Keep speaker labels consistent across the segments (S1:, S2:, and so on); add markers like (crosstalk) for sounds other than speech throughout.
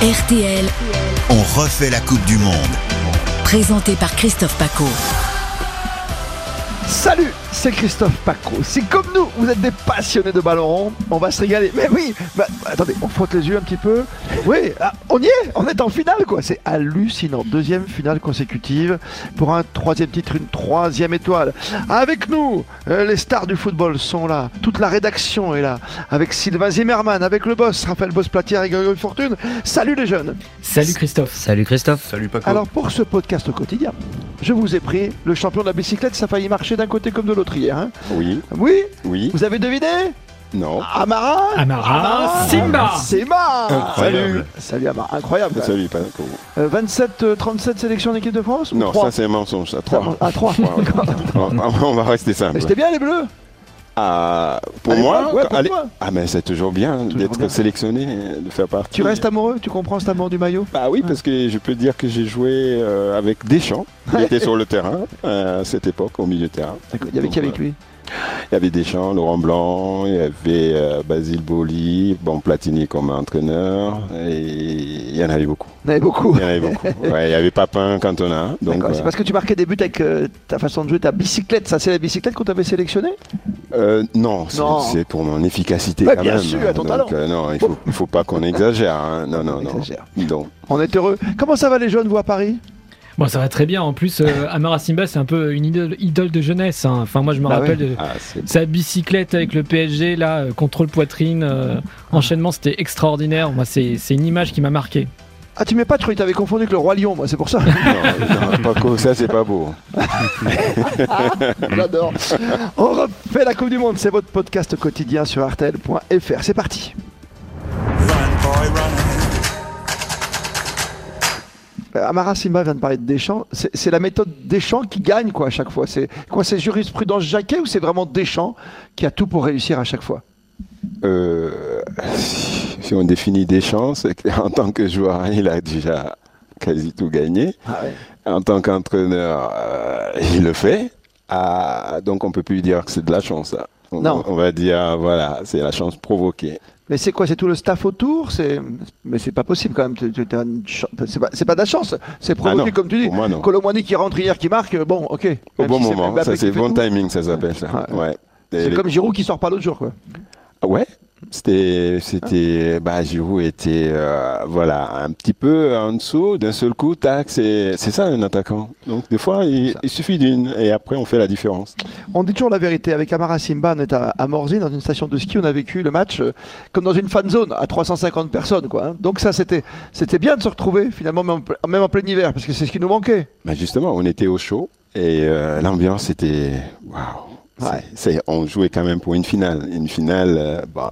S1: RTL,
S2: On refait la Coupe du Monde.
S1: présenté par Christophe Paco.
S3: Salut, c'est Christophe Paco. Si comme nous, vous êtes des passionnés de ballon rond, on va se régaler. Mais oui, bah, attendez, on frotte les yeux un petit peu. Oui, ah, on y est, on est en finale quoi. C'est hallucinant. Deuxième finale consécutive pour un troisième titre, une troisième étoile. Avec nous, euh, les stars du football sont là. Toute la rédaction est là. Avec Sylvain Zimmermann, avec le boss, Raphaël Boss-Platière et Grégory Fortune. Salut les jeunes.
S4: Salut Christophe.
S5: Salut Christophe.
S6: Salut Paco.
S3: Alors pour ce podcast au quotidien, je vous ai pris le champion de la bicyclette, ça a failli marcher d'un côté comme de l'autre hier. hein.
S6: Oui,
S3: Oui
S6: oui,
S3: Vous avez deviné
S6: non.
S3: Amara Ah, bah,
S4: Amara, Simba.
S3: Simba
S6: Incroyable.
S3: Salut Salut Amara, incroyable
S6: Salut Paco.
S3: Euh, 27, euh, 37 sélections en équipe de France ou
S6: Non,
S3: trois
S6: ça c'est un mensonge, ça. Trois.
S3: Ah, trois.
S6: Trois, ouais. on, on va rester simple.
S3: Mais C'était bien les bleus
S6: Ah, pour
S3: À l'époque,
S6: moi,
S3: ouais,
S6: quand-
S3: pour
S6: allez-
S3: toi.
S6: ah mais c'est toujours bien
S3: Toujours
S6: d'être
S3: bien.
S6: sélectionné, euh, de faire partie.
S3: Tu restes amoureux Tu comprends cet amour du maillot
S6: Bah oui, parce que je peux dire que j'ai joué euh, avec Deschamps. Il était sur le terrain euh, à cette époque, au milieu de terrain.
S3: Il y avait qui
S6: Donc,
S3: avec lui
S6: euh, Il y avait Deschamps, Laurent Blanc, il y avait euh, Basile Boli, bon Platini comme entraîneur,
S3: Ah.
S6: et il y en avait beaucoup.
S3: Il y en avait beaucoup.
S6: Il y en
S3: (laughs)
S6: avait beaucoup. Ouais, il y avait Papin, Cantona. Donc,
S3: D'accord,
S6: euh,
S3: C'est parce que tu marquais des buts avec euh, ta façon de jouer, ta bicyclette. Ça, c'est la bicyclette qu'on t'avait sélectionnée
S6: Euh, non, c'est-
S3: Non.
S6: c'est pour mon efficacité
S3: Ouais,
S6: quand
S3: bien
S6: même.
S3: sûr, à ton
S6: Donc,
S3: talent.
S6: euh, non, il faut, il faut pas qu'on exagère. hein. Non, non,
S3: On
S6: non.
S3: exagère.
S6: Donc,
S3: On est heureux. Comment ça va les jeunes, vous, à Paris
S4: Bon, ça va très bien. En plus, euh, Amara Simba, c'est un peu une idole, idole de jeunesse. hein. Enfin, moi, je me
S3: Bah
S4: rappelle de
S6: ah, c'est-
S4: sa bicyclette avec le PSG, là, euh, contrôle poitrine, euh, enchaînement, c'était extraordinaire. Moi, c'est c'est une image qui m'a marqué.
S3: Ah, tu mets pas truc, t'avais confondu avec le Roi Lion, moi, c'est pour
S6: (laughs)
S3: ça.
S6: non, non, Paco, ça c'est pas beau.
S3: J'adore. Mm. (laughs) On refait la Coupe du Monde. C'est votre podcast quotidien sur RTL.fr. C'est parti. Euh, Amara Simba vient de parler de Deschamps. C'est c'est la méthode Deschamps qui gagne quoi à chaque fois. C'est quoi C'est jurisprudence Jacquet ou c'est vraiment Deschamps qui a tout pour réussir à chaque fois
S6: Euh, si si on définit des chances, (laughs) c'est que, en tant que joueur, il a déjà quasi tout gagné. En tant qu'entraîneur, euh, il le fait. Ah, donc on peut plus dire que c'est de la chance. ça. On,
S3: Non.
S6: on va dire, voilà, c'est la chance provoquée.
S3: Mais c'est quoi C'est tout le staff autour C'est mais c'est pas possible quand même. Tu- tu- t'as une ch- C'est pas, c'est pas de la chance. C'est provoqué
S6: Ah non,
S3: comme tu dis.
S6: pour moi, non.
S3: Colomwani qui rentre hier, qui marque. euh, Bon, ok.
S6: Au
S3: Même
S6: bon
S3: si
S6: moment,
S3: Mbappé
S6: ça
S3: qui
S6: c'est
S3: fait
S6: bon
S3: tout.
S6: timing, ça s'appelle ça.
S3: Ouais.
S6: Ouais. Et
S3: C'est
S6: les-
S3: comme Giroud qui sort pas l'autre jour, quoi.
S6: Ah Ouais, c'était, c'était, bah, Giroud était, euh, voilà, un petit peu en dessous, d'un seul coup, tac, c'est, c'est ça un attaquant. Donc, des fois, il, il suffit d'une, et après, on fait la différence.
S3: On dit toujours la vérité. Avec Amara Simba, on est à, à Morzine, dans une station de ski. On a vécu le match euh, comme dans une fan zone à 350 personnes, quoi. hein. Donc ça, c'était, c'était bien de se retrouver finalement, même en, ple- même en plein hiver, parce que c'est ce qui nous manquait.
S6: Bah, justement, on était au chaud, et euh, l'ambiance était, waouh. C'est-
S3: Ouais.
S6: C'est, on jouait quand même pour une finale. Une finale, euh, bah,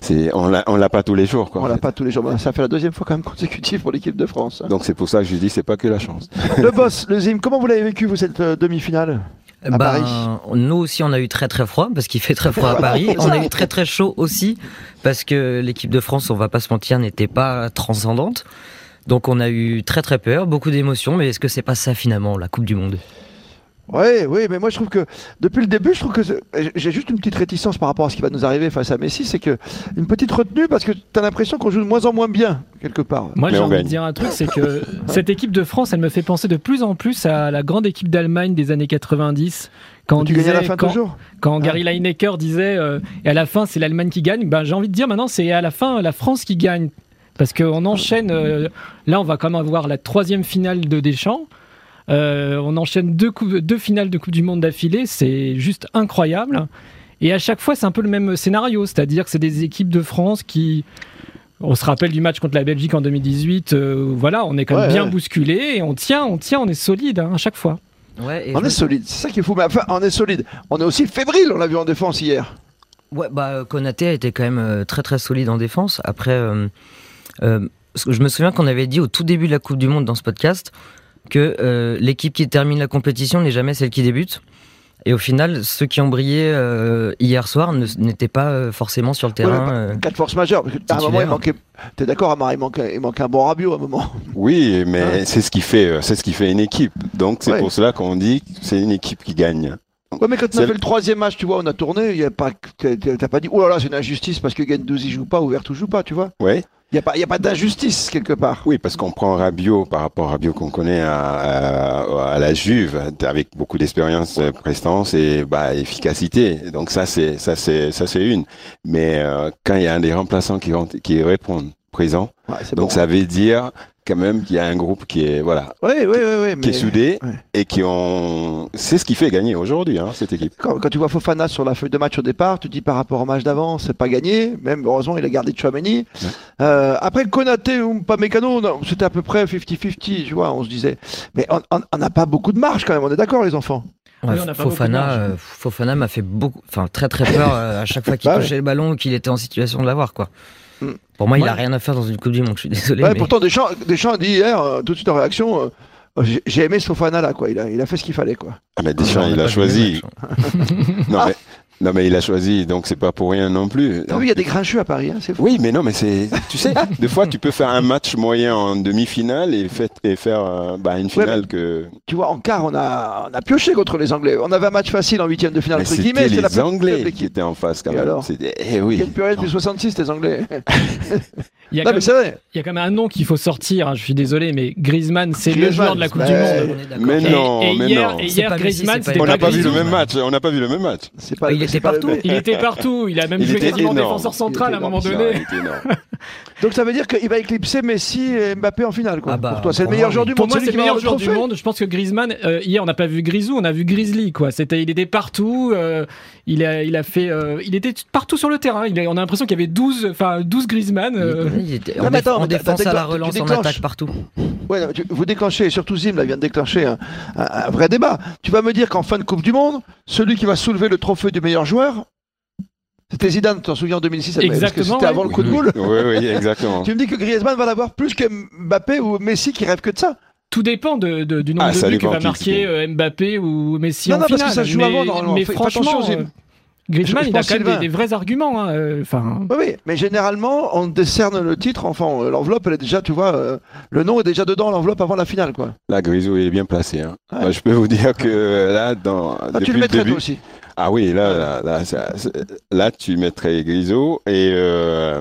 S6: c'est, on l'a, on l'a pas tous les jours, quoi.
S3: On
S6: en
S3: l'a
S6: fait.
S3: pas tous les jours. mais Ça fait la deuxième fois quand même (laughs) consécutive pour l'équipe de France. (laughs) hein.
S6: Donc, c'est pour ça que je dis, c'est pas que la chance.
S3: le boss, le Zim, comment vous l'avez vécu vous cette euh, demi-finale À
S5: Ben,
S3: Paris.
S5: Nous aussi, on a eu très très froid parce qu'il fait très (laughs) froid à Paris. On a eu très très chaud aussi parce que l'équipe de France, on va pas se mentir, n'était pas transcendante. Donc on a eu très très peur, beaucoup d'émotions, mais est-ce que c'est pas ça finalement la Coupe du Monde
S3: Oui, oui, mais moi je trouve que depuis le début, je trouve que c'est- j'ai juste une petite réticence par rapport à ce qui va nous arriver face à Messi, c'est que une petite retenue parce que t'as l'impression qu'on joue de moins en moins bien quelque part.
S4: Moi,
S6: Mais
S4: j'ai
S6: on
S4: envie
S6: gagne.
S4: de dire un truc, c'est que cette équipe de France, elle me fait penser de plus en plus à la grande équipe d'Allemagne des années 90. Quand on
S3: tu gagnes à la
S4: disait-
S3: fin
S4: quand-
S3: toujours.
S4: Quand Gary Lineker disait euh, et à la fin c'est l'Allemagne qui gagne, ben, j'ai envie de dire maintenant c'est à la fin la France qui gagne. Parce qu'on enchaîne, euh, là on va quand même avoir la troisième finale de Deschamps. Euh, on enchaîne deux, coupes- deux finales de Coupe du Monde d'affilée, c'est juste incroyable. Et à chaque fois c'est un peu le même scénario, c'est-à-dire que c'est des équipes de France qui... On se rappelle du match contre la Belgique en 2018, euh, voilà, on est quand même
S3: Ouais,
S4: bien
S3: ouais.
S4: bousculé et on tient, on tient, on est solide hein, à chaque fois.
S5: Ouais, et
S3: On est
S5: je me-
S3: solide, c'est ça qu'il faut. Mais enfin, on est solide. On est aussi fébrile, on l'a vu en défense hier.
S5: Ouais, bah euh, Konaté a été quand même euh, très très solide en défense. Après, euh, euh, ce que je me souviens qu'on avait dit au tout début de la Coupe du Monde dans ce podcast que euh, l'équipe qui termine la compétition n'est jamais celle qui débute. Et au final, ceux qui ont brillé euh, hier soir ne- n'étaient pas euh, forcément sur le terrain. euh.
S3: Quatre forces majeures. Parce que à un moment, il
S5: Titulaire.
S3: manquait. T'es d'accord, Amar, il manquait, il manquait un bon Rabiot à un moment.
S6: Oui, mais
S3: Hein
S6: c'est ce qui fait, euh, c'est ce qui fait une équipe. Donc c'est
S3: Ouais.
S6: pour cela qu'on dit que c'est une équipe qui gagne.
S3: Ouais, mais quand on a
S6: C'est-
S3: fait le troisième match, tu vois, on a tourné. il y a pas- T'as t'as pas dit, oh là là, c'est une injustice parce que Gendouzi joue pas ou Vertu joue pas, tu vois.
S6: Ouais.
S3: Il n'y a pas, y a pas d'injustice quelque part.
S6: Oui, parce qu'on prend Rabiot par rapport à Rabiot qu'on connaît à, à- à la Juve, avec beaucoup d'expérience, euh, prestance et bah, efficacité. Donc ça, c'est ça, c'est ça, c'est une. Mais euh, quand il y a des remplaçants qui rentrent- qui répondent présents,
S3: Ouais, c'est
S6: donc
S3: bon.
S6: ça veut dire quand même qu'il y a un groupe qui est voilà,
S3: Oui, oui, oui, oui,
S6: qui
S3: mais
S6: est soudé
S3: ouais.
S6: et qui ont. C'est ce qui fait gagner aujourd'hui hein, cette équipe.
S3: quand, quand tu vois Fofana sur la feuille de match au départ, tu te dis par rapport au match d'avant, c'est pas gagné. Même heureusement, il a gardé Chouameni. Euh, après, Konaté ou pas Mécano, on- c'était à peu près 50-50, tu vois, on se disait. Mais on- on on n'a pas beaucoup de marge quand même, on est d'accord, les enfants
S4: Oui,
S5: Ouais,
S4: on a pas
S5: Fofana,
S4: beaucoup de
S5: euh, Fofana m'a fait beaucoup, enfin très très peur euh, à chaque fois qu'il
S3: Bah ouais.
S5: touchait le ballon ou qu'il était en situation de l'avoir quoi.
S3: Mm.
S5: Pour moi, il
S4: Ouais.
S5: a rien à faire dans une Coupe du Monde. Je suis désolé.
S3: Ouais,
S5: mais-
S3: Pourtant, Deschamps, Deschamps a dit hier, euh, tout de suite en réaction, euh, j'ai j'ai aimé ce Fofana là, quoi. Il a, il a fait ce qu'il fallait, quoi.
S6: Ah, mais
S5: Ah,
S6: Deschamps,
S5: on
S6: il
S5: pas
S6: a
S5: vu le
S6: choisi.
S5: match, hein.
S6: Non, mais, non, mais il a choisi, donc c'est pas pour rien non plus.
S3: Ah oui, il y a des grincheux à Paris, hein, c'est fou.
S6: Oui, mais non, mais c'est. Tu sais, des fois, tu peux faire un match moyen en demi-finale et, fait- et faire euh, bah, une finale que.
S3: Tu vois, en quart, on a, on a pioché contre les Anglais. On avait un match facile en huitième de finale,
S6: Mais
S3: entre
S6: c'était
S3: guillemets.
S6: les
S3: c'était la plus faible
S6: Anglais qui
S3: équipe.
S6: étaient en face quand
S3: Et
S6: même.
S3: alors
S6: C'était- eh oui.
S3: Quelle purée depuis 66, les Anglais.
S4: Il y, a
S3: Non,
S4: quand
S3: mais
S4: même,
S3: c'est vrai.
S4: il y a quand même un nom qu'il faut sortir, hein, je suis désolé, mais Griezmann, c'est le
S3: Griezmann,
S4: joueur de la Coupe
S3: bah,
S4: du
S3: euh,
S4: Monde.
S5: On est d'accord.
S6: Mais
S4: Et-
S6: non,
S4: et
S6: mais
S4: hier,
S6: non.
S4: et
S5: C'est
S4: hier,
S5: pas Messi,
S4: Griezmann,
S5: c'est pas
S4: c'était
S6: on n'a
S5: Griezmann.
S6: pas vu le
S4: Griezmann.
S6: même match. On n'a pas vu le même match.
S3: C'est pas
S5: Il
S3: c'est
S5: était
S3: pas le
S5: partout.
S3: même.
S4: Il était partout, il a même
S6: Il
S4: joué
S6: était
S4: quasiment
S6: énorme.
S4: défenseur central à un
S3: Il était
S4: moment
S6: Non, il
S4: donné.
S6: était énorme.
S3: Donc ça veut dire qu'il va éclipser Messi et Mbappé en finale, quoi.
S5: Ah bah,
S3: pour toi, c'est le
S5: pour
S3: meilleur
S5: moi,
S3: joueur
S5: oui.
S3: du
S4: Pour
S3: monde.
S4: moi,
S3: celui
S4: c'est
S3: qui
S4: le meilleur
S3: mérite
S4: joueur du
S3: trophée.
S4: monde. Je pense que Griezmann, euh, hier, on n'a pas vu Grisou, on a vu Grizzly, quoi. C'était, il était partout. euh, il a, il a fait, euh, il était partout sur le terrain. Il a- on a l'impression qu'il y avait 12 enfin 12 Griezmann. euh,
S5: Il- il était-
S3: Non,
S5: en
S3: Ah, mais
S5: dé-
S3: attends,
S5: en
S3: t'as-
S5: défense
S3: t'as-
S5: à la
S3: tu
S5: relance, en
S3: déclenches.
S5: attaque partout.
S3: Ouais, non, tu- vous déclenchez, et surtout Zim là, vient de déclencher un, un- un vrai débat. Tu vas me dire qu'en fin de Coupe du Monde, celui qui va soulever le trophée du meilleur joueur, c'était Zidane, tu t'en souviens en 2006, parce que
S4: Exactement,
S3: c'était
S4: ouais.
S3: avant le coup de boule.
S6: Oui, oui, exactement.
S3: Tu me dis que Griezmann va l'avoir plus que Mbappé ou Messi qui rêve que de ça.
S4: Tout dépend de, de- du nombre
S6: Ah,
S4: de
S6: ça
S4: buts que
S6: dépend
S4: va
S6: qui,
S4: marquer
S6: c'est
S4: euh, Mbappé ou Messi
S3: Non,
S4: en
S3: non, parce
S4: finale.
S3: que ça se joue
S4: mais,
S3: avant, normalement.
S4: mais
S3: Fais- fais
S4: franchement,
S3: attention,
S4: euh,
S3: Zim.
S4: Griezmann,
S3: Je- je
S4: il a
S3: pense
S4: quand même
S3: Sylvain.
S4: des, des vrais arguments. hein, euh, Enfin,
S3: Oui, oui, mais généralement, on décerne le titre, enfin, euh, l'enveloppe, elle est déjà, tu vois, euh, le nom est déjà dedans, l'enveloppe avant la finale, quoi.
S6: Là, Grisou, il est bien placé. hein.
S3: Ouais.
S6: Bah, je peux vous dire que là, dans,
S3: Ah, tu
S6: depuis
S3: le
S6: le
S3: mettrais
S6: début,
S3: toi aussi.
S6: Ah oui, là, là, là, ça- ça- là, tu mettrais Grisot et euh,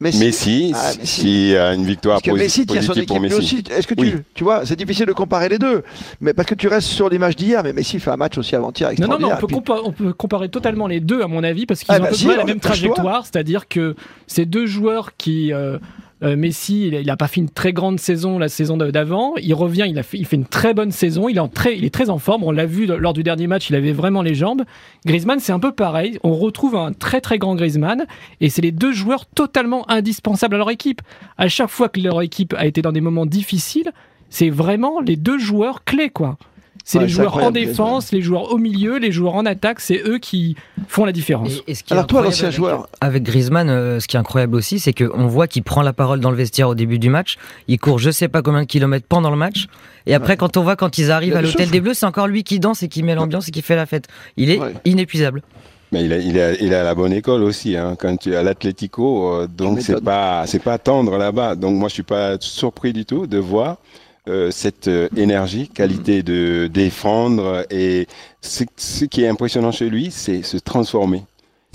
S3: Messi.
S6: Messi,
S3: Ah,
S6: si-
S3: Messi.
S6: s'il y a une victoire
S3: Parce que
S6: posi-
S3: Messi tient son
S6: positive
S3: équipe
S6: pour
S3: lui
S6: Messi.
S3: aussi. Est-ce que tu,
S6: Oui.
S3: tu vois, c'est difficile de comparer les deux, mais parce que tu restes sur l'image d'hier, mais Messi fait un match aussi avant-hier
S4: Non, non, mais
S3: extraordinaire.
S4: on peut,
S3: Puis-
S4: compa- on peut comparer totalement les deux, à mon avis, parce qu'ils
S3: Ah
S4: ont
S3: bah
S4: à peu
S3: si,
S4: près la
S3: alors,
S4: même
S3: touche-toi.
S4: trajectoire, c'est-à-dire que ces deux joueurs qui. euh, euh, Messi, il a- il a pas fait une très grande saison la saison de- d'avant. Il revient, il, a fait, il fait une très bonne saison. Il est, en très, il est très en forme. On l'a vu lors du dernier match, il avait vraiment les jambes. Griezmann, c'est un peu pareil. On retrouve un très très grand Griezmann et c'est les deux joueurs totalement indispensables à leur équipe. À chaque fois que leur équipe a été dans des moments difficiles, c'est vraiment les deux joueurs clés, quoi. C'est
S3: Ouais,
S4: les
S3: c'est
S4: joueurs en
S3: incroyable,
S4: défense, les joueurs au milieu, les joueurs en attaque, c'est eux qui font la différence.
S5: Et- et ce qui est
S3: Alors toi,
S5: incroyable
S3: l'ancien
S5: avec-
S3: joueur,
S5: Avec Griezmann, euh, ce qui est incroyable aussi, c'est qu'on voit qu'il prend la parole dans le vestiaire au début du match. Il court je sais pas combien de kilomètres pendant le match. Et après, quand on voit quand ils
S3: Il
S5: arrivent
S3: a
S5: à
S3: du
S5: l'hôtel
S3: souffle.
S5: des Bleus, c'est encore lui qui danse et qui met l'ambiance et qui fait la fête. Il est
S3: Ouais.
S5: inépuisable.
S6: Mais il est, il est- il est à la bonne école aussi, hein, quand tu es à l'Atlético, euh, donc
S3: m'étonnes.
S6: c'est pas, c'est pas tendre là-bas. Donc moi, je suis pas surpris du tout de voir euh, cette euh, énergie, qualité de défendre et ce, ce qui est impressionnant chez lui, c'est se transformer.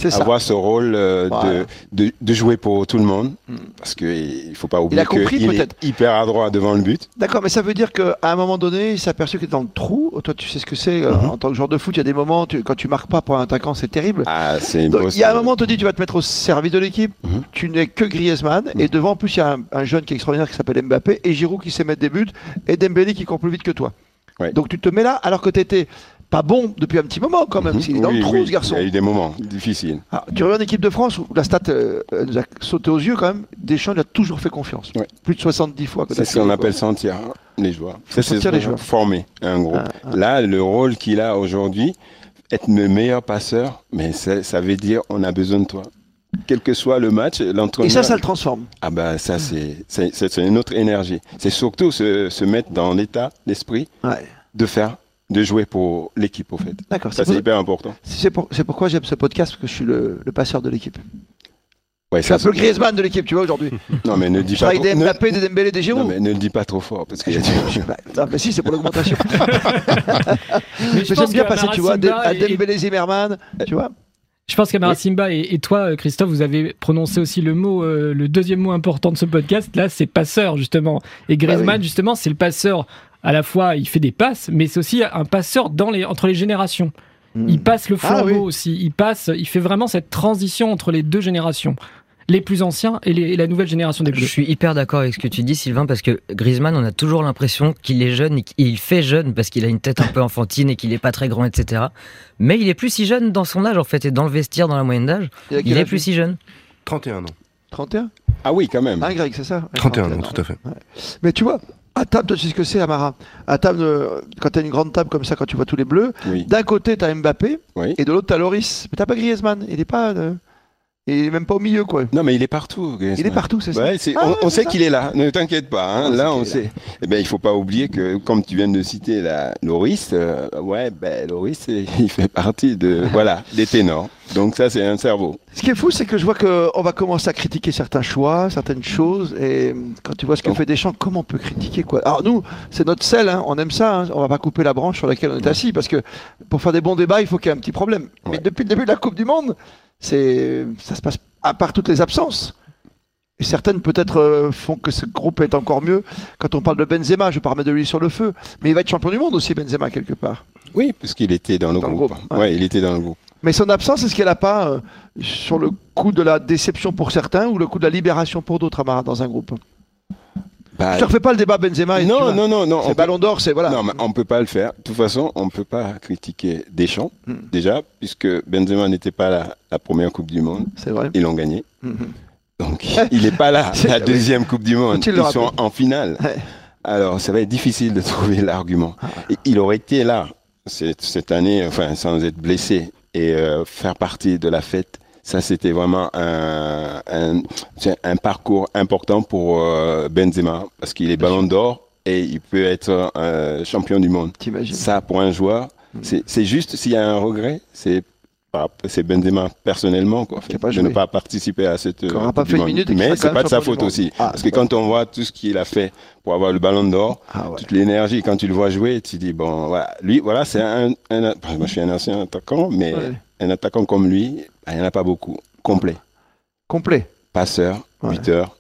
S3: c'est ça.
S6: avoir ce rôle euh,
S3: Voilà.
S6: de, de, de jouer pour tout le monde.
S3: Mm.
S6: Parce qu'il ne faut pas oublier
S3: a compris,
S6: qu'il est
S3: peut-être.
S6: hyper adroit devant le but.
S3: D'accord, mais ça veut dire qu'à un moment donné, il s'est aperçu qu'il était dans le trou. Oh, Toi, tu sais ce que c'est euh,
S6: Mhm.
S3: en tant que joueur de foot. Il y a des moments, tu- quand tu marques pas pour un attaquant, c'est terrible.
S6: Ah, c'est
S3: Donc,
S6: impossible.
S3: il y a un moment, on te dit, tu vas te mettre au service de l'équipe.
S6: Mhm.
S3: Tu n'es que Griezmann. Et devant, en plus, il y a un, un jeune qui est extraordinaire qui s'appelle Mbappé et Giroud qui sait mettre des buts et Dembélé qui court plus vite que toi.
S6: Ouais.
S3: Donc, tu te mets là alors que tu étais pas bon depuis un petit moment quand même.
S6: Mhm.
S3: Il est dans
S6: Oui,
S3: le trou,
S6: oui,
S3: ce garçon.
S6: Il y a eu des moments difficiles.
S3: Alors, Ah, tu reviens en équipe de France où la stat euh, euh, nous a sauté aux yeux quand même. Deschamps lui a toujours fait confiance.
S6: Ouais.
S3: Plus de 70 fois.
S6: C'est ce qu'on appelle sentir les joueurs. Ça, C'est
S3: Sentir les Ah, joueurs.
S6: Former un groupe. Là, le rôle qu'il a aujourd'hui, être le meilleur passeur, mais ça, ça veut dire on a besoin de toi. Quel que soit le match, l'entraîneur.
S3: Et ça, ça le transforme.
S6: Ah bah ça c'est c'est- c'est- c'est une autre énergie. C'est surtout se, se mettre dans l'état d'esprit
S3: Ouais.
S6: de faire, de jouer pour l'équipe au fait.
S3: D'accord.
S6: Ça
S3: C'est
S6: c'est
S3: pour-
S6: hyper important.
S3: c'est pour- c'est pourquoi j'aime ce podcast parce que je suis le, le passeur de l'équipe.
S6: Ouais,
S3: Je suis
S6: ça,
S3: un peu le Griezmann de l'équipe, tu vois, aujourd'hui.
S6: c'est- Non mais ne dis
S3: Je
S6: pas
S3: travaille
S6: trop.
S3: des
S6: Ne...
S3: Mbappé, des Dembélé, des
S6: non,
S3: Giroud.
S6: mais ne dis pas trop fort
S3: (laughs)
S6: parce que (laughs)
S3: Bah, non, mais si, c'est pour
S5: (laughs)
S3: l'augmentation. Mais
S4: je pense
S3: J'aime bien
S4: que
S3: passer, tu vois,
S4: Amarasimba
S3: à
S4: est-
S3: Dembélé Zimmerman, tu vois.
S4: Je pense camarade Simba et, et toi, euh, Christophe, vous avez prononcé aussi le mot, euh, le deuxième mot important de ce podcast. Là, c'est passeur justement. Et Griezmann,
S3: Bah oui.
S4: justement, c'est le passeur. À la fois, il fait des passes, mais c'est aussi un passeur dans les, entre les générations. Il passe le
S3: Ah
S4: flambeau
S3: oui.
S4: aussi. Il passe, il fait vraiment cette transition entre les deux générations, les plus anciens et, les- et la nouvelle génération des
S5: Je
S4: bleus.
S5: suis hyper d'accord avec ce que tu dis, Sylvain, parce que Griezmann, on a toujours l'impression qu'il est jeune et qu'il fait jeune parce qu'il a une tête un peu enfantine et qu'il est pas très grand, etc. Mais il est plus si jeune dans son âge, en fait, et dans le vestiaire, dans la moyenne d'âge,
S3: a quel
S5: il est
S3: âge,
S5: plus
S3: lui
S5: si jeune.
S7: 31 ans.
S3: 31
S6: Ah oui, quand même.
S3: Ah, Greg, c'est ça Ouais,
S7: 31 ans, tout à fait.
S3: Mais tu vois, à table, tu sais ce que c'est, Amara. À table, euh, quand t'as une grande table comme ça, quand tu vois tous les bleus,
S6: Oui.
S3: d'un côté, t'as Mbappé,
S6: Oui.
S3: et de l'autre, t'as Loris. Mais t'as pas Griezmann. Il est pas. euh, il est même pas au milieu, quoi.
S6: Non, mais il est partout.
S3: Il est partout, c'est ça
S6: Ouais, c'est-
S3: Ah,
S6: on,
S3: ouais,
S6: on
S3: c'est
S6: sait
S3: ça.
S6: qu'il est là, ne t'inquiète pas. hein,
S3: On sait
S6: là, on
S3: qu'il est
S6: sait. Eh ben, il faut pas oublier que, comme tu viens de citer la Loris, euh, ouais, ben, Loris, (laughs) c'est- il fait partie de, voilà, des ténors. Donc ça, c'est un cerveau.
S3: Ce qui est fou, c'est que je vois qu'on va commencer à critiquer certains choix, certaines choses, et hum, quand tu vois ce que
S6: Donc-
S3: fait Deschamps, comment on peut critiquer quoi Alors nous, c'est notre sel, hein, on aime ça, hein, on va pas couper la branche sur laquelle on est assis, parce que pour faire des bons débats, il faut qu'il y ait un petit problème. Mais
S6: Ouais.
S3: depuis le début de la Coupe du Monde, c'est ça se passe à part toutes les absences. Et certaines peut-être euh, font que ce groupe est encore mieux. Quand on parle de Benzema, je parle de lui sur le feu, mais il va être champion du monde aussi Benzema quelque part.
S6: Oui, puisqu'il était dans le
S3: Dans le
S6: groupe.
S3: groupe, ouais.
S6: ouais. il était dans le groupe.
S3: Mais son absence, est-ce qu'elle n'a pas euh, sur le coup de la déception pour certains ou le coup de la libération pour d'autres, Amara, dans un groupe
S6: Bah,
S3: Je te refais pas le débat Benzema. et tu vois,
S6: non, non, non, non,
S3: C'est
S6: on peut-
S3: Ballon d'Or, c'est voilà.
S6: Non, mais on peut pas le faire. De toute façon, on peut pas critiquer Deschamps,
S3: Hmm.
S6: déjà, puisque Benzema n'était pas là la première Coupe du Monde.
S3: C'est vrai.
S6: Ils l'ont gagné.
S3: Mhm.
S6: Donc, (laughs) il n'est
S3: (laughs)
S6: pas là,
S3: C'est-
S6: la
S3: oui.
S6: deuxième Coupe
S3: (laughs)
S6: du Monde.
S3: Faut-il
S6: Ils
S3: le
S6: sont en finale.
S3: Ouais. Ah.
S6: Alors, ça va être difficile de trouver (laughs) l'argument. Et Il aurait été là cette, cette année, enfin, sans être blessé et euh, faire partie de la fête. Ça, c'était vraiment un, un, c'est un parcours important pour euh, Benzema, parce qu'il est ballon d'or et il peut être euh, champion du monde.
S3: T'imagines
S6: Ça, pour un joueur,
S3: Mm.
S6: c'est c'est juste s'il y a un regret, c'est pas- c'est Benzema personnellement quoi, en fait,
S3: Qui a pas
S6: de
S3: joué.
S6: ne pas participer à cette. euh,
S3: aura pas
S6: Coupe du
S3: fait une
S6: Monde.
S3: minute et qui sera
S6: Mais
S3: quand
S6: c'est
S3: même
S6: pas de sa
S3: champion du
S6: faute
S3: monde.
S6: aussi,
S3: Ah,
S6: parce que quand on voit tout ce qu'il a fait pour avoir le Ballon d'Or,
S3: Ah ouais.
S6: toute l'énergie quand tu le vois jouer, tu dis bon voilà, lui voilà c'est un, un- bah, moi je suis un ancien attaquant, mais
S3: Ouais.
S6: un attaquant comme lui, bah, il n'y en a pas beaucoup, complet,
S3: Complet.
S6: passeur,
S3: Ouais.
S6: buteur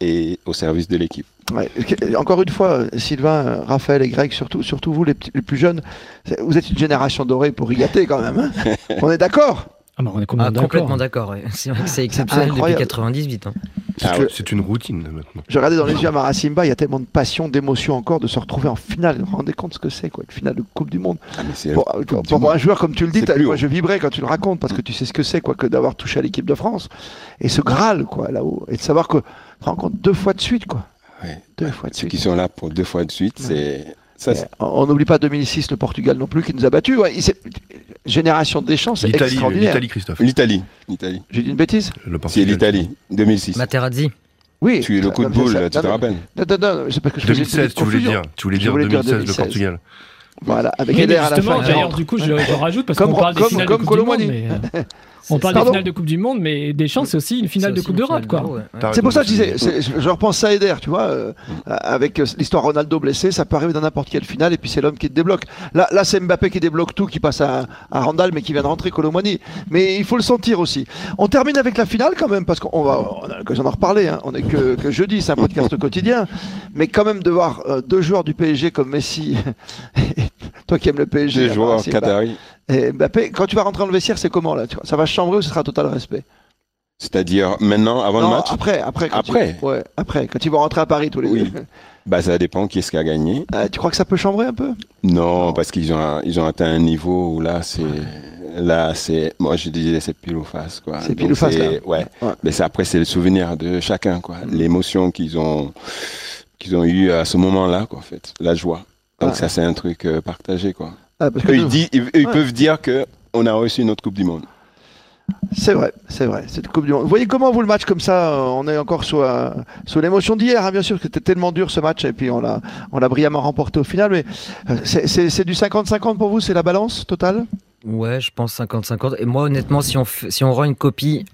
S6: et au service de l'équipe.
S3: Ouais. Et Encore une fois, euh, Sylvain, euh, Raphaël et Greg, surtout, surtout vous, les, petits- les plus jeunes, c'est- vous êtes une génération dorée pour y gâter quand même. hein.
S6: (laughs)
S3: On est d'accord
S4: Ah, bah, on est
S5: Ah,
S4: complètement d'accord.
S5: complètement d'accord. ouais. C'est vrai que c'est exceptionnel depuis
S3: incroyable.
S5: 98. hein.
S6: Ah
S3: que-
S6: ouais.
S7: C'est une routine là, maintenant.
S3: Je regardais dans les yeux Amara Simba, il y a tellement de passion, d'émotion encore de se retrouver en finale. Vous vous rendez compte ce que c'est, quoi, une finale de Coupe du Monde
S6: Ah, mais c'est-
S3: Pour, pour- pour
S6: Monde.
S3: un joueur comme tu le dis,
S6: C'est
S3: t'as-
S6: plus
S3: moi
S6: haut.
S3: je vibrais quand tu le racontes parce que tu sais ce que c'est quoi que d'avoir touché à l'équipe de France et ce Graal quoi là-haut et de savoir que tu te rends compte deux fois de suite quoi.
S6: Ouais.
S3: Deux fois de
S6: Ceux
S3: suite.
S6: qui sont là pour deux fois de suite, c'est ça.
S3: Et
S6: c'est-
S3: on on n'oublie pas 2006 le Portugal non plus qui nous a battus. Ouais, il s'est- génération des chances c'est
S7: L'Italie,
S3: extraordinaire.
S7: l'Italie, Christophe.
S6: L'Italie, l'Italie.
S3: J'ai dit une bêtise
S7: Le Portugal.
S6: C'est l'Italie, 2006.
S5: Materazzi.
S3: Oui.
S6: Tu le coup de
S3: Non, mais
S6: boule,
S3: ça-
S6: tu te
S3: non,
S6: rappelles
S3: mais- Non, non, non, c'est parce que je faisais une
S7: 2016,
S3: petite
S7: tu voulais
S3: confusion.
S7: dire. Tu voulais
S3: Je
S7: dire
S3: voulais dire
S7: 2016, le
S3: 2016.
S7: Portugal.
S3: Voilà, avec
S4: Mais
S3: Eder à la
S4: justement,
S3: fin. qui
S4: d'ailleurs,
S3: rentre.
S4: du coup, je, je rajoute parce
S3: Comme-
S4: qu'on parle des
S3: comme-
S4: finales
S3: comme
S4: de Coupe du Monde,
S3: Colomani.
S4: mais, euh, on parle
S3: Pardon
S4: des finales de Coupe du Monde, mais des chances, c'est aussi une finale
S5: C'est
S4: de
S5: aussi
S4: Coupe
S5: une finale
S4: d'Europe, quoi.
S5: d'Euro, ouais, ouais.
S7: T'as
S3: C'est
S7: raison,
S3: pour ça que je
S7: Sylvain.
S3: disais, c'est- je, je repense à Eder, tu vois, euh, euh, avec euh, l'histoire Ronaldo blessé, ça peut arriver dans n'importe quelle finale et puis c'est l'homme qui te débloque. Là, là c'est Mbappé qui débloque tout, qui passe à, à Randall mais qui vient de rentrer Colomani. Mais il faut le sentir aussi. On termine avec la finale quand même, parce qu'on va, on a l'occasion d'en reparler, hein. on est que, que jeudi, c'est un podcast quotidien, mais quand même de voir euh, deux joueurs du PSG comme Messi, (laughs) et toi qui aimes le PSG,
S6: J'ai
S3: là,
S6: joué en
S3: Marseille,
S6: Qatari,
S3: et Mbappé, quand tu vas rentrer dans le vestiaire, c'est comment là tu vois Ça va chambrer ou ce sera total respect
S6: c'est-à-dire maintenant, avant
S3: non,
S6: le match,
S3: Après, après. quand
S6: Après.
S3: tu- Ouais, après. Quand ils vont rentrer à Paris tous les
S6: Oui.
S3: deux. (laughs)
S6: bah, ça dépend qui est-ce qui a gagné.
S3: Euh, tu crois que ça peut chambrer un peu
S6: Non, parce qu'ils ont, un- ils ont atteint un niveau où là, c'est. Là, c'est. Moi, je disais, c'est pile ou face, quoi.
S3: C'est pile
S6: Donc,
S3: ou face,
S6: c'est- Ouais. Mm.
S3: Ouais.
S6: Mais c'est- après, c'est le souvenir de chacun, quoi. L'émotion qu'ils ont, qu'ils ont eue à ce moment-là, quoi, en fait. La joie. Donc,
S3: Ouais.
S6: ça, c'est un truc euh, partagé, quoi.
S3: Ah, parce que
S6: Eux,
S3: nous-
S6: (laughs) ils, disent- ils- ils
S3: Ouais.
S6: peuvent dire que on a reçu notre Coupe du Monde.
S3: C'est vrai, c'est vrai. Cette Coupe du Monde. Vous voyez comment vous le match comme ça euh, On est encore sous, euh, sous l'émotion d'hier, hein, bien sûr, que c'était tellement dur ce match et puis on l'a, on l'a brillamment remporté au final. Mais euh, c'est, c'est- c'est du 50-50 pour vous C'est la balance totale
S5: Ouais, je pense 50-50. Et moi, honnêtement, si on, fait- si on rend une copie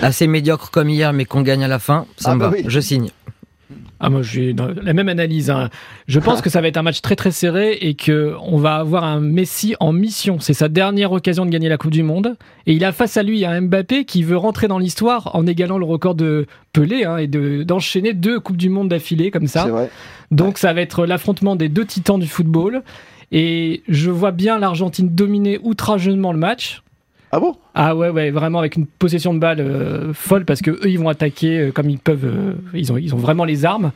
S5: assez médiocre comme hier, mais qu'on gagne à la fin, ça
S3: Ah
S5: me
S3: bah
S5: va.
S3: oui.
S5: Je signe.
S4: Ah, moi, je suis dans la même analyse. hein. Je pense que ça va être un match très très serré et que on va avoir un Messi en mission. C'est sa dernière occasion de gagner la Coupe du Monde et il a face à lui un Mbappé qui veut rentrer dans l'histoire en égalant le record de Pelé hein, et de- d'enchaîner deux Coupes du Monde d'affilée comme ça.
S3: C'est vrai.
S4: Donc ça va être l'affrontement des deux titans du football et je vois bien l'Argentine dominer outrageusement le match.
S3: Ah bon
S4: Ah ouais ouais vraiment avec une possession de balle euh, folle parce que eux ils vont attaquer euh, comme ils peuvent euh, ils ont ils ont vraiment les armes.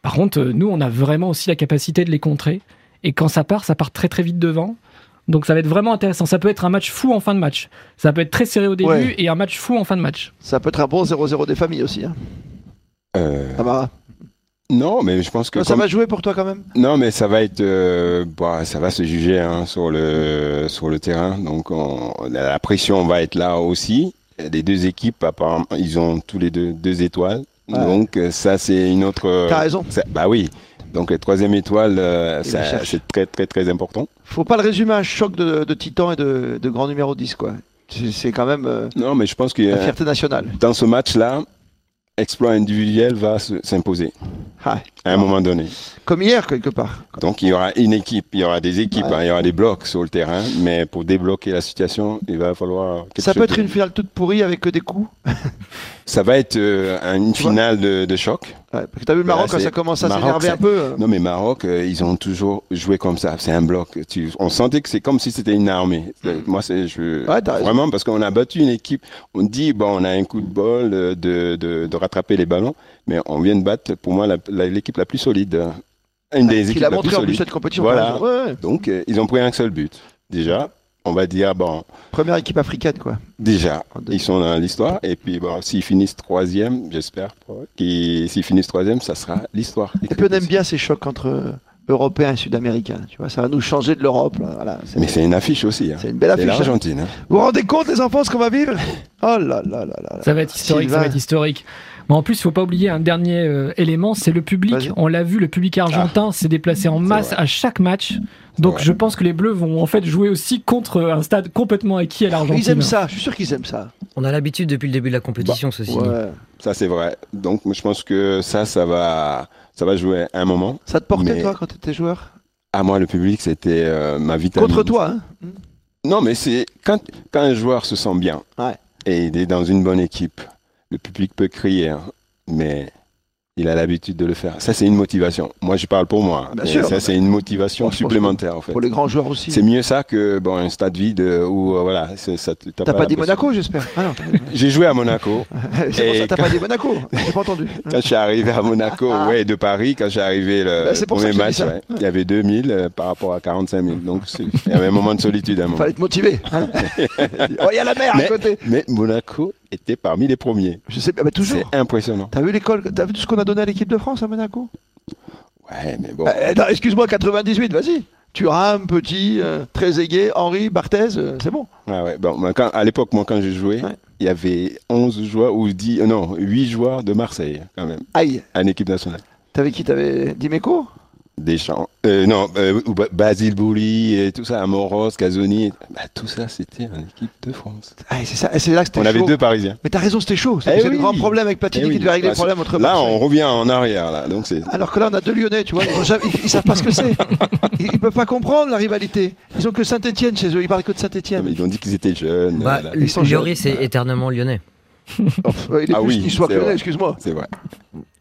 S4: Par contre euh, nous on a vraiment aussi la capacité de les contrer et quand ça part ça part très très vite devant. Donc ça va être vraiment intéressant. Ça peut être un match fou en fin de match. Ça peut être très serré au début
S3: Ouais.
S4: et un match fou en fin de match.
S3: Ça peut être un bon 0-0 des familles aussi. Hein.
S6: Euh,
S3: Amara.
S6: non, mais je pense que
S3: Toi, ça
S6: comme-
S3: va jouer pour toi quand même
S6: Non, mais ça va être, euh, bah, ça va se juger hein, sur le sur le terrain. Donc on- la la pression va être là aussi. Les deux équipes, apparemment, ils ont tous les deux deux étoiles.
S3: Ouais.
S6: Donc euh, ça, c'est une autre.
S3: T'as raison.
S6: ça- bah oui. Donc la troisième étoile, euh,
S3: Ils
S6: ça-
S3: la cherchent.
S6: c'est très très très important.
S3: Faut pas le résumer à un choc de, de titan et de, de grand numéro 10, quoi. C'est c'est quand même euh,
S6: Non, mais je pense que
S3: la
S6: euh,
S3: fierté nationale.
S6: dans ce match-là, exploit individuel va se- s'imposer
S3: Ah,
S6: à un moment donné.
S3: comme hier, quelque part.
S6: Donc il y aura une équipe, il y aura des équipes,
S3: Ouais.
S6: hein, il y aura des blocs sur le terrain, mais pour débloquer la situation, il va falloir. quelque
S3: Ça peut
S6: chose
S3: être
S6: de-
S3: une finale toute pourrie avec que des coups.
S6: Ça va être euh, un- une
S3: Tu vois
S6: finale de, de choc.
S3: Ouais, parce que t'as vu le
S6: Bah,
S3: Maroc, quand
S6: c'est-
S3: ça commence à
S6: Maroc,
S3: s'énerver
S6: ça-
S3: un peu. euh,
S6: Non mais Maroc, euh, ils ont toujours joué comme ça. C'est un bloc. Tu- on sentait que c'est comme si c'était une armée. Euh, Moi, c'est je
S3: (laughs) Mm. Ouais, t'as raison.
S6: vraiment parce qu'on a battu une équipe. On dit bon, on a un coup de bol euh, de, de, de rattraper les ballons, mais on vient de battre pour moi la- la- l'équipe la, plus solide, hein. une des
S3: Qu'il
S6: équipes
S3: a
S6: la plus
S3: montré en plus
S6: solide.
S3: cette compétition.
S6: Voilà.
S3: Ouais, ouais.
S6: Donc euh, ils ont pris un seul but déjà. On va dire bon,
S3: Première équipe africaine, quoi.
S6: Déjà,
S3: En deux.
S6: ils sont dans l'histoire. Et puis, bon, s'ils finissent troisième, j'espère, pour eux, qu'ils- s'ils finissent troisième, ça sera l'histoire.
S3: Et puis on aime bien ces chocs entre euh, Européens et Sud-Américains. Tu vois, ça va nous changer de l'Europe. là, Voilà, c'est
S6: Mais c'est une affiche aussi. Hein.
S3: c'est une belle
S6: C'est
S3: affiche. hein.
S6: l'Argentine. hein.
S3: Vous vous rendez compte, les enfants, ce qu'on va vivre Oh là là là là. là.
S4: Ça va être historique, ça
S3: Ah, Sylvain.
S4: va être historique. Mais en plus, il faut pas oublier un dernier euh, élément, c'est le
S3: Vas-y. Ah.
S4: public. On l'a vu, le public argentin s'est déplacé en masse
S6: vrai.
S4: à chaque match. Donc
S6: vrai.
S4: je pense que les Bleus vont en fait jouer aussi contre euh, un stade complètement acquis à l'Argentine.
S3: Ils aiment ça, je suis sûr qu'ils aiment ça.
S5: On a l'habitude depuis le début de la compétition, ceci dit.
S3: Ouais.
S6: Ça, c'est vrai. Donc, moi, je pense que ça, ça va, ça va jouer un moment.
S3: Ça te portait,
S6: Mais-
S3: toi, quand t'étais joueur
S6: À moi, le public, c'était euh, ma vitamine.
S3: Contre toi, hein
S6: Non, mais c'est quand, quand un joueur se sent bien
S3: Ouais.
S6: et il est dans une bonne équipe, le public peut crier, hein, mais il a l'habitude de le faire. Ça, c'est une motivation. Moi, je parle pour moi.
S3: Bien
S6: mais
S3: sûr.
S6: ça, c'est une motivation
S3: Moi, je pense
S6: supplémentaire, en fait.
S3: Pour les grands joueurs aussi.
S6: C'est mieux ça que bon, un stade vide euh, où euh, voilà, c'est- ça, t'as
S3: T'as pas dit
S6: l'impression.
S3: Monaco, Ah. j'espère Ah non.
S6: J'ai joué à Monaco.
S3: (laughs) C'est pour
S6: Et
S3: ça que t'as pas dit
S6: (laughs)
S3: Monaco. J'ai pas entendu.
S6: quand je suis arrivé à Monaco, ouais, de Paris, quand j'ai arrivé le
S3: Ah. Bah, c'est pour ça
S6: premier
S3: que je dis
S6: match,
S3: ça.
S6: ouais, il y avait 2000 euh, par rapport à 45 000. Donc c'est- il y avait un moment de solitude à un moment.
S3: Fallait te
S6: (laughs)
S3: motiver. hein. (laughs) oh, il y a la mer à
S6: Mais-
S3: côté.
S6: Mais Monaco était parmi les premiers.
S3: Je sais, mais
S6: C'est
S3: toujours.
S6: impressionnant.
S3: T'as vu l'école T'as vu tout ce qu'on a donné à l'équipe de France à Monaco
S6: Ouais, mais bon.
S3: Euh, attends, Excuse-moi, 98, vas-y. Thuram, Petit, euh, Trezeguet, Henri, Barthez, euh, c'est bon.
S6: Ah Ouais, ouais. Bon, moi, quand- à l'époque, moi, quand je jouais,
S3: Ouais.
S6: il y avait 11 joueurs, ou 10, euh, non, 8 joueurs de Marseille, quand même,
S3: Aïe,
S6: en équipe nationale.
S3: t'avais qui T'avais Dimeco
S6: Deschamps, euh, non, euh, ou Ba- Basile Bouli, et tout ça, Amoros, Casoni, et- bah, tout ça, c'était en équipe de France.
S3: Ah, C'est ça, et c'est là que c'était
S6: On
S3: chaud.
S6: avait deux Parisiens.
S3: Mais t'as raison, c'était chaud.
S6: Eh
S3: C'est c'est le
S6: oui.
S3: grand problème avec Platini
S6: Eh oui.
S3: qui devait régler le
S6: Bah,
S3: problème entre
S6: Là,
S3: Marseille.
S6: on revient en arrière, là. Donc, c'est.
S3: Alors que là, on a deux Lyonnais, tu vois, ils, ont jamais- ils- ils savent pas ce que
S6: (laughs)
S3: c'est. Ils, ils peuvent pas comprendre la rivalité. Ils ont que Saint-Etienne chez eux, ils parlent que de
S6: Non, mais
S3: Saint-Etienne.
S6: Ils ont dit qu'ils étaient jeunes.
S5: Bah,
S6: voilà.
S3: Ils sont
S5: Lloris est éternellement lyonnais.
S3: il est
S6: Ah
S3: plus
S6: oui,
S3: niçois que
S6: c'est
S3: Lyonnais,
S6: vrai.
S3: excuse-moi.
S6: C'est vrai.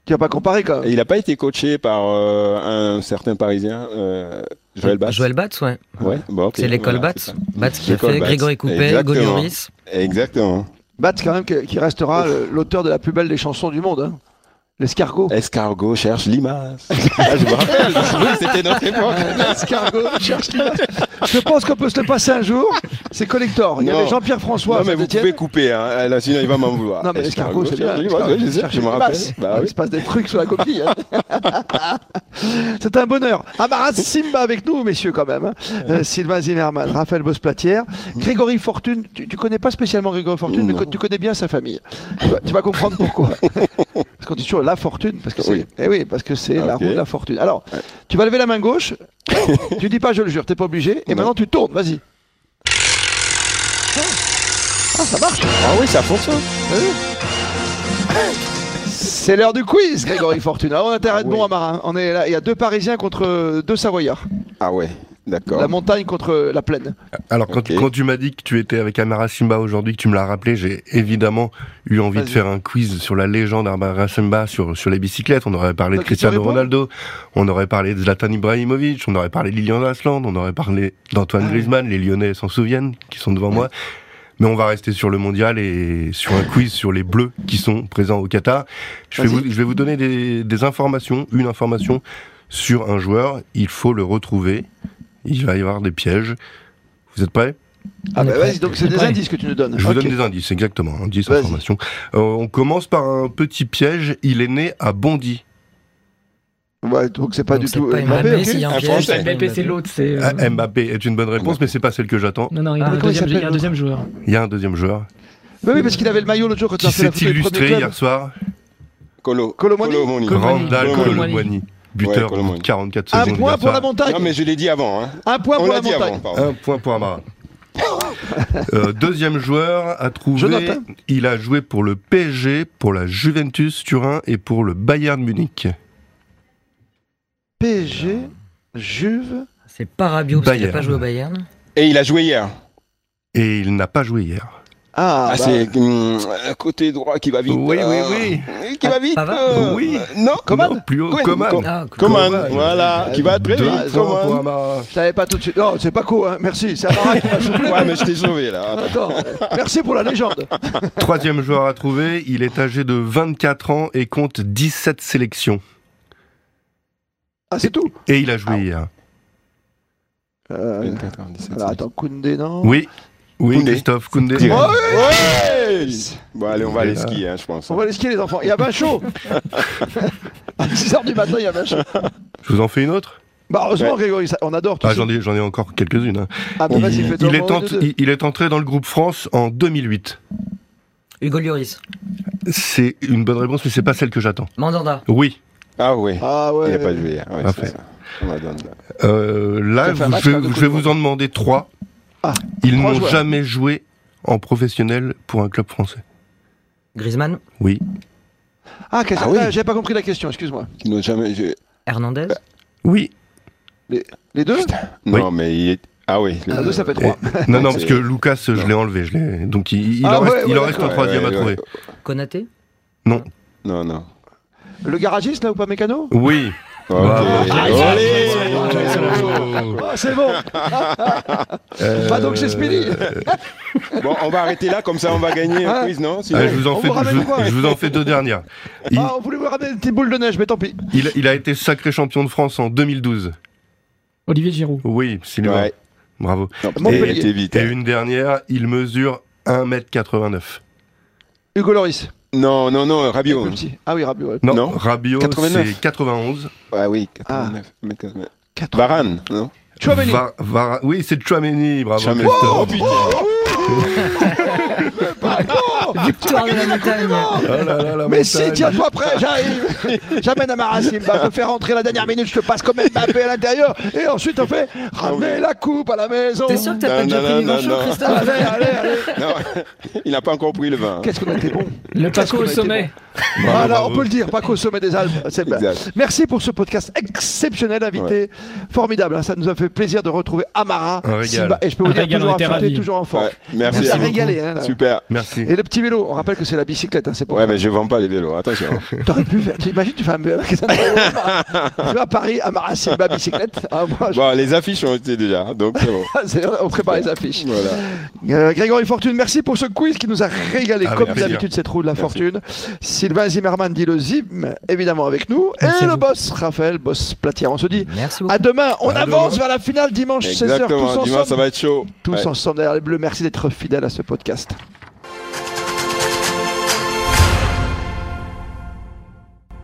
S3: Tu vas pas comparer quand
S6: Et
S3: même.
S6: il n'a pas été coaché par euh, un certain Parisien, euh, Joël Batz.
S5: Joël Batz, ouais.
S6: Ouais, bon, ok,
S5: C'est l'école
S6: voilà,
S5: Batz.
S6: c'est ça.
S5: Batz qui a
S6: L'école
S5: fait
S6: Batz.
S5: Grégory Coupet,
S6: Exactement.
S5: Golioris.
S6: Exactement.
S3: Batz, quand même, que- qui restera le- l'auteur de la plus belle des chansons du monde. hein. L'escargot.
S6: Eh. Escargot
S5: (laughs)
S6: cherche limace. Ah, je me rappelle, oui, c'était notre époque.
S3: Escargot, cherche (laughs) l'image. Je pense qu'on peut se le passer un jour. C'est collector. Il y
S6: Non.
S3: avait Jean-Pierre François.
S6: non, mais vous
S3: Saint-Etienne.
S6: pouvez couper, hein, là, sinon il va m'en vouloir.
S3: Non, mais l'escargot, c'est bien.
S6: cherche limace, oui, je sais,
S3: Cherche
S6: je me
S3: une
S6: rappelle.
S3: masse.
S6: Bah
S3: Il
S6: oui.
S3: se passe des trucs sur la coquille. hein. (laughs) c'est un bonheur. Amara Simba avec nous, messieurs, quand même. hein. Euh, Sylvain Zimmermann, Raphaël Bosplatière, Grégory Fortune. Tu, tu connais pas spécialement Grégory Fortune, mais
S6: Non.
S3: co- tu connais bien sa famille. Tu vas, tu vas comprendre
S6: (laughs)
S3: pourquoi. parce qu'on dit toujours la fortune, parce que c'est
S6: Oui.
S3: eh oui, parce que c'est la
S6: Ok.
S3: roue de la fortune. Alors, tu vas lever la main
S6: (laughs)
S3: gauche. tu dis pas, je le jure, t'es pas obligé. Et
S6: Non.
S3: maintenant, tu tournes. Vas-y. Ah, ça marche.
S6: hein. Ah oui, ça fonctionne.
S3: Ah oui. C'est l'heure du quiz, Grégory
S6: (laughs)
S3: Fortuna. On a intérêt
S6: Ah
S3: de bon
S6: oui.
S3: à marin. On est là. Il y a deux Parisiens contre euh, deux Savoyards.
S6: Ah ouais,
S3: La
S6: d'accord.
S3: montagne contre euh, la plaine.
S7: Alors, quand,
S6: Ok.
S7: quand tu m'as dit que tu étais avec Amara Simba aujourd'hui, que tu me l'as rappelé, j'ai évidemment eu envie de
S3: Vas-y.
S7: faire un quiz sur la légende Amara Simba, sur, sur les bicyclettes. On aurait parlé
S3: Toi,
S7: de
S3: tu peux
S7: Cristiano
S3: répondre
S7: Ronaldo, on aurait parlé de Zlatan Ibrahimovic, on aurait parlé de Lilian Asland, on aurait parlé d'Antoine
S3: Ah.
S7: Griezmann. Les Lyonnais s'en souviennent, qui sont devant moi. Mais on va rester sur le mondial et sur un quiz sur les bleus qui sont présents au Qatar. Je vais
S3: Vas-y.
S7: vous, je vais vous donner des, des informations, une information sur un joueur. Il faut le retrouver. Il va y avoir des pièges. Vous êtes prêts
S3: Ah
S5: On est
S3: bah
S5: prêt.
S3: vas-y, donc c'est
S5: On est
S3: des
S5: prêt.
S3: indices que tu nous donnes.
S7: Je
S3: Ok.
S7: vous donne des indices, exactement. Indices,
S3: Vas-y.
S7: informations. Euh, on commence par un petit piège. Il est né à Bondy.
S3: Ouais, donc c'est pas
S5: Donc
S3: du
S5: c'est
S3: tout.
S5: pas
S3: euh, Mbappé,
S5: Mbappé,
S3: ok
S5: s'il y a un
S7: hein.
S6: Un
S5: piège.
S6: Français.
S5: c'est
S4: Mbappé, c'est
S5: Mbappé.
S4: l'autre, c'est. euh,
S7: Ah, Mbappé est une bonne réponse, mais c'est pas celle que j'attends.
S4: Non, non, il y a
S5: Ah,
S4: un
S5: mais
S3: comment il
S4: deuxième- il y a
S3: s'appelle,
S4: un deuxième joueur.
S7: Il y a un deuxième joueur
S3: Mais oui, parce qu'il avait le maillot l'autre jour quand il a
S7: qui
S3: fait
S7: s'est
S3: la photo du
S7: illustré
S3: premier club.
S7: hier soir.
S6: Colo.
S3: Colomoni.
S6: Colomoni.
S4: Colomani.
S7: Randall
S6: Colomani.
S7: Colomani, buteur
S6: Ouais, Colomani.
S7: de 44
S3: Un
S7: secondes.
S3: point
S7: hier
S3: pour la
S7: soir.
S3: montagne.
S6: Non, mais je l'ai dit avant. Hein.
S3: Un point
S6: On
S3: pour
S6: l'a
S3: la
S6: dit avant,
S3: montagne.
S6: pardon.
S7: Un point pour Amara. Euh, deuxième joueur à trouver.
S3: Jonathan.
S7: Il a joué pour le PSG, pour la Juventus Turin et pour le Bayern Munich.
S3: PSG, Juve.
S5: C'est pas Rabiot parce qu'il n'a
S7: Bayern.
S5: pas joué au Bayern.
S6: Et il a joué hier.
S7: Et il n'a pas joué hier.
S3: Ah,
S6: Ah,
S3: bah,
S6: c'est hum, euh, côté droit qui va vite.
S7: Oui, oui,
S6: euh,
S7: oui.
S6: Qui va
S5: Ah,
S6: vite.
S5: Pavard
S6: euh,
S7: Oui.
S6: Non,
S7: Non, plus haut,
S6: Coman.
S7: Coman.
S5: Ah,
S6: Coman, voilà, qui va très
S7: Deux points
S6: vite.
S7: pour
S6: Coman.
S7: Amara.
S3: je savais pas tout de suite. Non, c'est pas cool, hein. merci. C'est Amara qui m'a soufflé.
S6: (laughs) Ouais, mais je t'ai sauvé là.
S3: (laughs)
S6: Attends.
S3: Attends, merci pour la légende.
S7: Troisième joueur à trouver. Il est âgé de 24 ans et compte 17 sélections.
S3: Ah, c'est tout.
S7: Et il a joué hier.
S3: Euh,
S6: 24, 17,
S3: alors, attends, Koundé, non
S7: Oui. Oui,
S6: Koundé.
S7: Christophe Koundé.
S6: Direct.
S3: Ah Ouais.
S6: Ouais Bon, allez, on va aller
S7: Voilà.
S6: skier, hein, je pense.
S3: On va aller skier, les enfants. Il y a un chaud. à 6h du matin, il y a un chaud.
S7: Je vous en fais une autre
S3: Bah, heureusement,
S6: Ouais.
S3: Grégory, ça- on adore tout
S7: Ah,
S3: ça.
S7: J'en ai, j'en ai encore quelques-unes. hein.
S3: Ah, bah,
S7: Il,
S3: vas-y, fais-toi
S7: il
S3: au moins
S7: est
S3: une
S7: ent-
S3: ou deux.
S7: il- il est entré dans le groupe France en 2008.
S5: Hugo Lloris.
S7: C'est une bonne réponse, mais c'est pas celle que j'attends.
S5: Mandanda.
S7: Oui.
S6: Ah ouais.
S3: Ah, ouais.
S6: Il n'a pas joué hier. Ouais,
S7: Parfait.
S6: c'est ça. On va donner là.
S7: Euh, là,
S3: Ça fait un
S7: vous-
S3: match,
S7: je,
S3: là, de
S7: je
S3: Coupe
S7: vais
S3: du
S7: vous en demander trois.
S3: Ah,
S7: Ils
S3: trois
S7: n'ont
S3: joueurs.
S7: jamais joué en professionnel pour un club français.
S5: Griezmann.
S7: Oui.
S3: Ah, qu'est-ce
S6: Ah oui.
S3: ah, J'avais pas compris la question, excuse-moi.
S6: Qui n'ont jamais joué.
S5: Hernandez.
S6: Euh.
S7: Oui.
S3: Les deux
S6: Non, mais il est. Ah oui. le-
S3: Ah, deux, ça fait trois.
S7: non,
S3: (laughs)
S7: non,
S6: C'est-
S7: parce que Lucas, je l'ai enlevé. Je l'ai... Donc il, il
S3: Ah,
S7: en reste,
S3: ouais,
S7: il en
S3: ouais,
S7: reste
S6: Ouais,
S7: un troisième
S6: ouais,
S7: à trouver.
S6: ouais.
S5: Konaté.
S6: Non, non.
S3: Le garagiste, là, ou pas mécano
S7: Oui.
S6: Ok.
S7: Bravo.
S6: Allez
S7: bah,
S3: (laughs) Ah, c'est bon Bah, donc, c'est Speedy.
S7: Euh,
S6: Bon, on va arrêter là, comme ça on va gagner
S3: Ah.
S6: un quiz, non Sinon-
S7: Euh, bah. je, vous en
S3: On
S7: fais,
S3: vous ramène quoi
S7: je, je vous en fais deux dernières. Il,
S3: Ah, on voulait vous ramener une petite boule de neige, mais tant pis.
S7: il- il a été sacré champion de France en 2012.
S4: Olivier Giroud.
S7: Oui, Sylvain.
S6: Ouais.
S7: Bravo.
S6: Non,
S3: Montpellier.
S6: t'es- t'es vite.
S7: Et
S6: hein.
S7: une dernière, il mesure 1m89.
S3: Hugo Loris.
S6: Non, non, non, Rabiot.
S3: Plus petit. Ah oui, Rabiot. ouais.
S7: Non,
S6: Oh. Non.
S7: Rabiot,
S6: 89.
S7: c'est 91.
S6: Ah oui,
S3: Ah.
S6: 89. 89.
S3: Quatre-
S6: Varane, non
S3: (laughs) Tchouaméni.
S7: Va- Vara- oui, c'est Chouameni, bravo.
S6: Jamais.
S7: Christophe.
S6: Oh, putain
S5: Victoire de la montagne.
S7: Oh là là, la
S3: Mais si,
S7: montagne.
S3: tiens-toi prêt, j'arrive.
S4: (laughs)
S3: J'amène à Marassim. Bah, je te fais rentrer la dernière minute, je te passe comme Mbappé à l'intérieur. Et ensuite, on fait
S4: Ah
S3: ramener la coupe à la maison.
S5: T'es sûr que t'as
S6: Non,
S5: pas déjà
S6: non,
S5: pris du
S6: non,
S5: vin chaud,
S6: non.
S5: Christophe
S3: Allez, allez,
S5: (laughs)
S3: allez.
S6: Non, il n'a pas encore pris le vin. hein.
S3: Qu'est-ce qu'on a été bon.
S4: Le
S3: qu'on
S4: Paco
S3: a
S4: au
S3: été
S4: sommet.
S7: Bravo,
S3: Voilà,
S7: bravo.
S3: on peut le dire, Paco au sommet des Alpes. C'est bien.
S6: Exact.
S3: Merci pour ce podcast exceptionnel, invité. Formidable. hein. Ça nous a fait plaisir de retrouver Amara.
S7: Un régal.
S3: Silva. Et je peux vous
S4: Un
S3: dire,
S4: régal, on
S3: toujours
S4: était
S3: affûté,
S4: ravis.
S3: toujours en forme.
S6: Ouais, merci.
S3: Ça
S6: à
S3: a
S6: vous.
S3: régalé. hein, là.
S6: Super.
S7: Merci.
S3: Et le petit vélo, on rappelle que c'est la bicyclette, hein, c'est pour
S6: Ouais, mais je vends pas les vélos, attention.
S3: (laughs) T'aurais pu faire. T'imagines, tu fais un magasin de vélo à Mar- Tu vas à Paris, à Maracimba, bicyclette. Ah, moi, je- (laughs) Ah,
S6: bon, les affiches ont été déjà, donc c'est bon.
S3: c'est- on prépare les affiches.
S6: Voilà.
S3: Euh, Grégory Fortune, merci pour ce quiz qui nous a régalé,
S7: Avec
S3: comme
S7: plaisir.
S3: d'habitude, cette roue de la
S6: Ah, Merci.
S3: fortune. Sylvain Zimmerman dit le Zim, évidemment avec nous. et
S4: Merci à
S3: le
S4: vous.
S3: boss, Raphaël, boss Platière. On se dit
S6: Ah,
S5: Merci beaucoup.
S3: à demain. On
S7: À
S3: avance
S7: demain.
S3: vers la finale dimanche, 16h, tous
S6: Exactement,
S3: ensemble.
S6: dimanche ça va être chaud.
S3: Tous
S6: Ouais.
S3: ensemble derrière les bleus. Merci d'être fidèles à ce podcast.